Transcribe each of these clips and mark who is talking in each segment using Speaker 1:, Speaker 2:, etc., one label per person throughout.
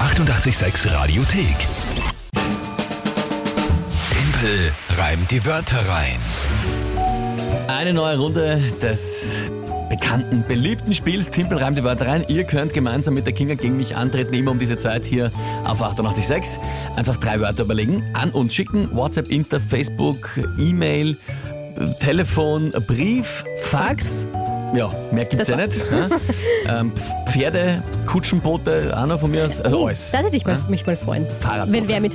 Speaker 1: 886 Radiothek. Tempel reimt die Wörter rein.
Speaker 2: Eine neue Runde des bekannten, beliebten Spiels. Timpel reimt die Wörter rein. Ihr könnt gemeinsam mit der Kinga gegen mich antreten, immer um diese Zeit hier auf 886. Einfach drei Wörter überlegen, an uns schicken. WhatsApp, Insta, Facebook, E-Mail, äh, Telefon, Brief, Fax. Ja, mehr gibt's
Speaker 3: Das
Speaker 2: ja
Speaker 3: war's.
Speaker 2: nicht. Ja? Ähm, Pferde, Kutschenboote, auch noch von mir aus. Also alles.
Speaker 3: Da hätte ich mal, mich mal freuen,
Speaker 2: Fahrrad-
Speaker 3: wenn wer mit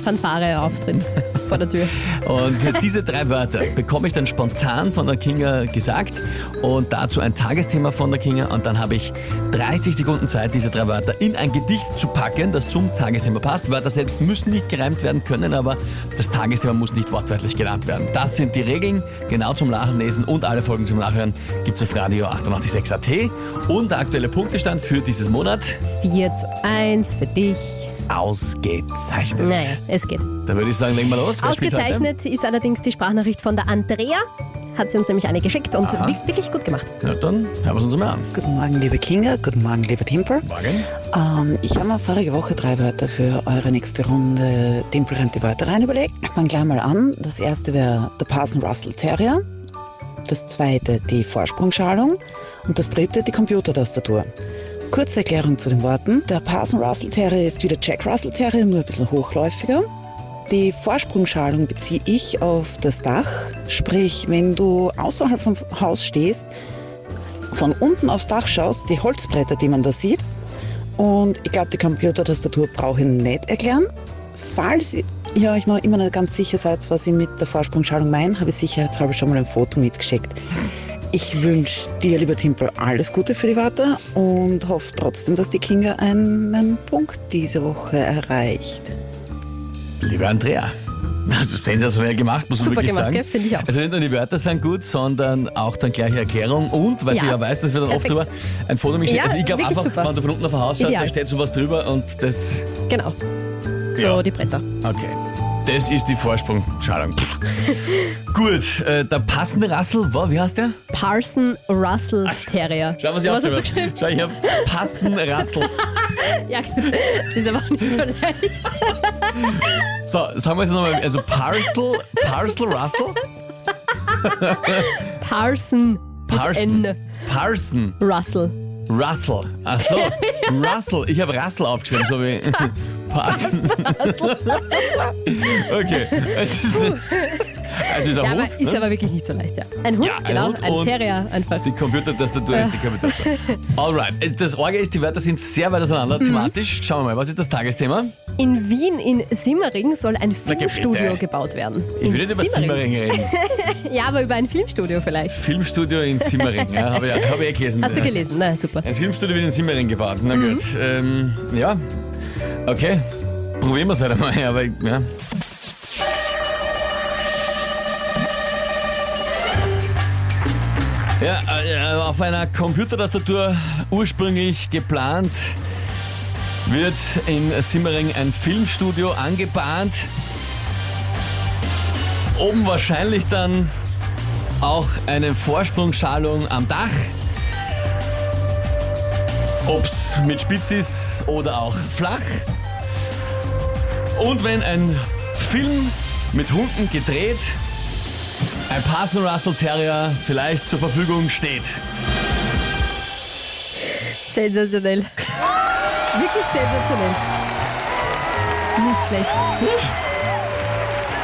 Speaker 3: Fanfare auftritt vor der Tür.
Speaker 2: Und diese drei Wörter bekomme ich dann spontan von der Kinga gesagt und dazu ein Tagesthema von der Kinga und dann habe ich 30 Sekunden Zeit, diese drei Wörter in ein Gedicht zu packen, das zum Tagesthema passt. Wörter selbst müssen nicht gereimt werden können, aber das Tagesthema muss nicht wortwörtlich genannt werden. Das sind die Regeln. Genau zum Nachlesen und alle Folgen zum Nachhören gibt's auf Radio 886 AT und der aktuelle Punktestand für dieses Monat
Speaker 3: 4 zu 1 für dich.
Speaker 2: ausgezeichnet.
Speaker 3: Naja, es geht.
Speaker 2: Da würde ich sagen, legen wir los. Wer spielt heute?
Speaker 3: Ausgezeichnet ist allerdings die Sprachnachricht von der Andrea. Hat sie uns nämlich eine geschickt und wi- wirklich gut gemacht.
Speaker 2: Na dann hören wir uns mal an.
Speaker 4: Guten Morgen, liebe Kinga. Guten Morgen, lieber Timpel.
Speaker 2: Morgen.
Speaker 4: Ähm, ich habe mir vorige Woche drei Wörter für eure nächste Runde Timpel reimt die Wörter rein überlegt. Ich fange gleich mal an. Das erste wäre der Parson Russell Terrier. Das zweite die Vorsprungsschalung. Und das dritte die Computertastatur. Kurze Erklärung zu den Worten. Der Parson Russell Terrier ist wie der Jack Russell Terrier, nur ein bisschen hochläufiger. Die Vorsprungsschalung beziehe ich auf das Dach. Sprich, wenn du außerhalb vom Haus stehst, von unten aufs Dach schaust, die Holzbretter, die man da sieht. Und ich glaube, die Computertastatur brauche ich nicht erklären. Falls ihr euch noch immer nicht ganz sicher seid, was ich mit der Vorsprungsschalung meine, habe ich sicherheitshalber schon mal ein Foto mitgeschickt. Ich wünsche dir, lieber Timpel, alles Gute für die Warte und hoffe trotzdem, dass die Kinga einen Punkt diese Woche erreicht.
Speaker 2: Liebe Andrea, das ist sensationell gemacht, muss man
Speaker 3: Super
Speaker 2: wirklich
Speaker 3: gemacht,
Speaker 2: sagen.
Speaker 3: gell? Finde ich auch.
Speaker 2: Also nicht nur die Wörter sind gut, sondern auch dann gleich Erklärung und, weil
Speaker 3: Ja.
Speaker 2: du ja weißt, dass wir dann
Speaker 3: Perfekt.
Speaker 2: oft drüber ein Foto mich
Speaker 3: Ja,
Speaker 2: Also ich glaube
Speaker 3: wirklich
Speaker 2: einfach,
Speaker 3: super.
Speaker 2: wenn du von unten auf ein Haus schaust,
Speaker 3: Ideal.
Speaker 2: da steht sowas drüber und das.
Speaker 3: Genau. So,
Speaker 2: Ja.
Speaker 3: die Bretter.
Speaker 2: Okay. Das ist die Vorsprungschalung. Pff. Gut, äh, der passende Rassel war, wie heißt der?
Speaker 3: Parson Russell Terrier.
Speaker 2: Schau, was ich
Speaker 3: Was hast du
Speaker 2: aufgeschrieben
Speaker 3: geschrieben?
Speaker 2: habe. Schau, ich habe passend Rassel.
Speaker 3: Ja, es ist aber auch nicht so leicht.
Speaker 2: So, sagen wir es nochmal. Also Parcel, Parcel Russell?
Speaker 3: Parson. mit
Speaker 2: Parson.
Speaker 3: N.
Speaker 2: Parson.
Speaker 3: Russell.
Speaker 2: Russell. Ach so, Russell. Ich habe Russell aufgeschrieben, so wie. Passen. okay. Es ist, also ist ein
Speaker 3: Ja,
Speaker 2: Hund.
Speaker 3: aber ist
Speaker 2: ne?
Speaker 3: aber wirklich nicht so leicht, ja. Ein Hund,
Speaker 2: Ja, ein
Speaker 3: genau.
Speaker 2: Hund
Speaker 3: ein
Speaker 2: und-
Speaker 3: Terrier einfach.
Speaker 2: Die Computertastatur ist die Computertastatur. Alright. Das Orgel ist, die Wörter sind sehr weit auseinander
Speaker 3: Mhm.
Speaker 2: thematisch. Schauen wir mal, was ist das Tagesthema?
Speaker 3: In Wien, in Simmering, soll ein
Speaker 2: Na, geh
Speaker 3: Filmstudio
Speaker 2: bitte.
Speaker 3: gebaut werden.
Speaker 2: Ich
Speaker 3: In
Speaker 2: will nicht über Simmering reden.
Speaker 3: Ja, aber über ein Filmstudio vielleicht.
Speaker 2: Filmstudio in Simmering. Ja, habe ich, hab ich eh gelesen.
Speaker 3: Hast du gelesen? Na, super.
Speaker 2: Ein Filmstudio wird in Simmering gebaut. Na gut. Ähm, ja. Okay. Probieren wir es halt einmal. Aber ja. Ja, äh, auf einer Computertastatur ursprünglich geplant wird in Simmering ein Filmstudio angebahnt. Oben wahrscheinlich dann auch eine Vorsprungsschalung am Dach. Ob's mit Spitz ist oder auch flach. Und wenn ein Film mit Hunden gedreht, ein Parson Russell Terrier vielleicht zur Verfügung steht.
Speaker 3: Sensationell. Wirklich sensationell. Nicht schlecht.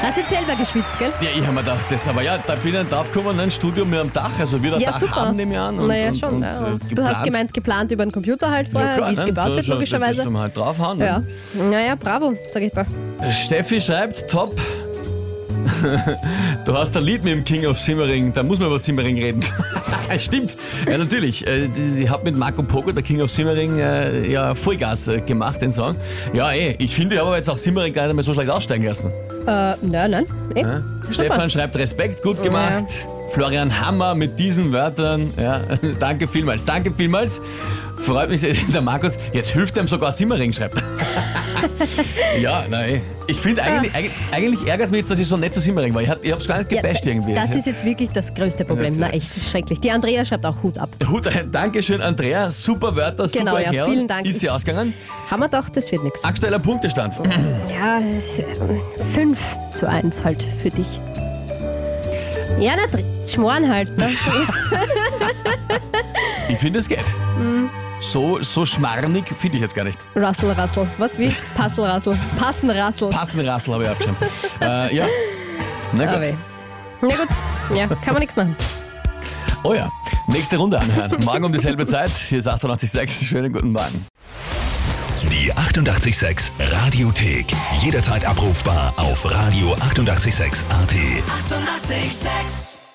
Speaker 3: Hast jetzt selber geschwitzt, gell?
Speaker 2: Ja, ich habe mir gedacht, das aber ja, da bin ich dann draufgekommen, ein Studio mit einem Dach, also wir ein
Speaker 3: Ja,
Speaker 2: Dach
Speaker 3: super.
Speaker 2: haben, nehme ich an. Und,
Speaker 3: naja,
Speaker 2: und,
Speaker 3: schon.
Speaker 2: und,
Speaker 3: ja.
Speaker 2: äh,
Speaker 3: und du
Speaker 2: geplant.
Speaker 3: hast gemeint, geplant über den Computer halt
Speaker 2: Ja,
Speaker 3: vorher,
Speaker 2: klar,
Speaker 3: wie es
Speaker 2: ne?
Speaker 3: gebaut
Speaker 2: Das
Speaker 3: wird,
Speaker 2: ist ja- Das
Speaker 3: logischerweise.
Speaker 2: müssen wir halt draufhauen.
Speaker 3: Ja. Naja, bravo, sag ich da.
Speaker 2: Steffi schreibt, top. Du hast ein Lied mit dem King of Simmering, da muss man über Simmering reden. Stimmt, ja natürlich. Äh, die- Ich habe mit Marco Pogo, der King of Simmering, äh, ja Vollgas äh, gemacht, den Song. Ja, eh, ich finde, ich habe aber jetzt auch Simmering gar nicht mehr so schlecht aussteigen lassen.
Speaker 3: Äh, nein, nein. Eh,
Speaker 2: Ja?
Speaker 3: super.
Speaker 2: Stefan schreibt, Respekt, gut gemacht. Florian Hammer mit diesen Wörtern. Ja, danke vielmals, danke vielmals. Freut mich sehr, der Markus, jetzt hilft einem sogar Simmering, schreibt er. ja, nein. Ich finde eigentlich, eigentlich, eigentlich ärgert es mich jetzt, dass ich so nett zu Simmering war. Ich habe es gar nicht
Speaker 3: Ah. Ja,
Speaker 2: gebasht irgendwie.
Speaker 3: Das ist jetzt wirklich das größte Problem. Na echt, schrecklich. Die Andrea schreibt auch Hut ab.
Speaker 2: Hut, Dankeschön, Andrea. Super Wörter, super
Speaker 3: Genau, ja,
Speaker 2: Erklärung.
Speaker 3: vielen Dank.
Speaker 2: Ist sie ausgegangen.
Speaker 3: Haben wir doch, das wird nichts.
Speaker 2: Aktueller Punktestand.
Speaker 3: Ja, 5 zu 1 halt für dich. Ja, na, dr- schmoren halt. Ne?
Speaker 2: Ich finde, es geht.
Speaker 3: Mhm.
Speaker 2: So, so schmarrig finde ich jetzt gar nicht.
Speaker 3: Russell, Russell. Was wie? Passel, Russell. Passen, Russell.
Speaker 2: Passende Rassel habe ich aufgeschrieben. äh, ja. Na
Speaker 3: Ah,
Speaker 2: gut.
Speaker 3: weh. Na gut, ja, kann man nichts machen.
Speaker 2: Oh ja. Nächste Runde anhören. Morgen um dieselbe Zeit. Hier ist 886. Schönen guten Morgen.
Speaker 1: Die 886 Radiothek. Jederzeit abrufbar auf radio886.at. 886!
Speaker 5: 886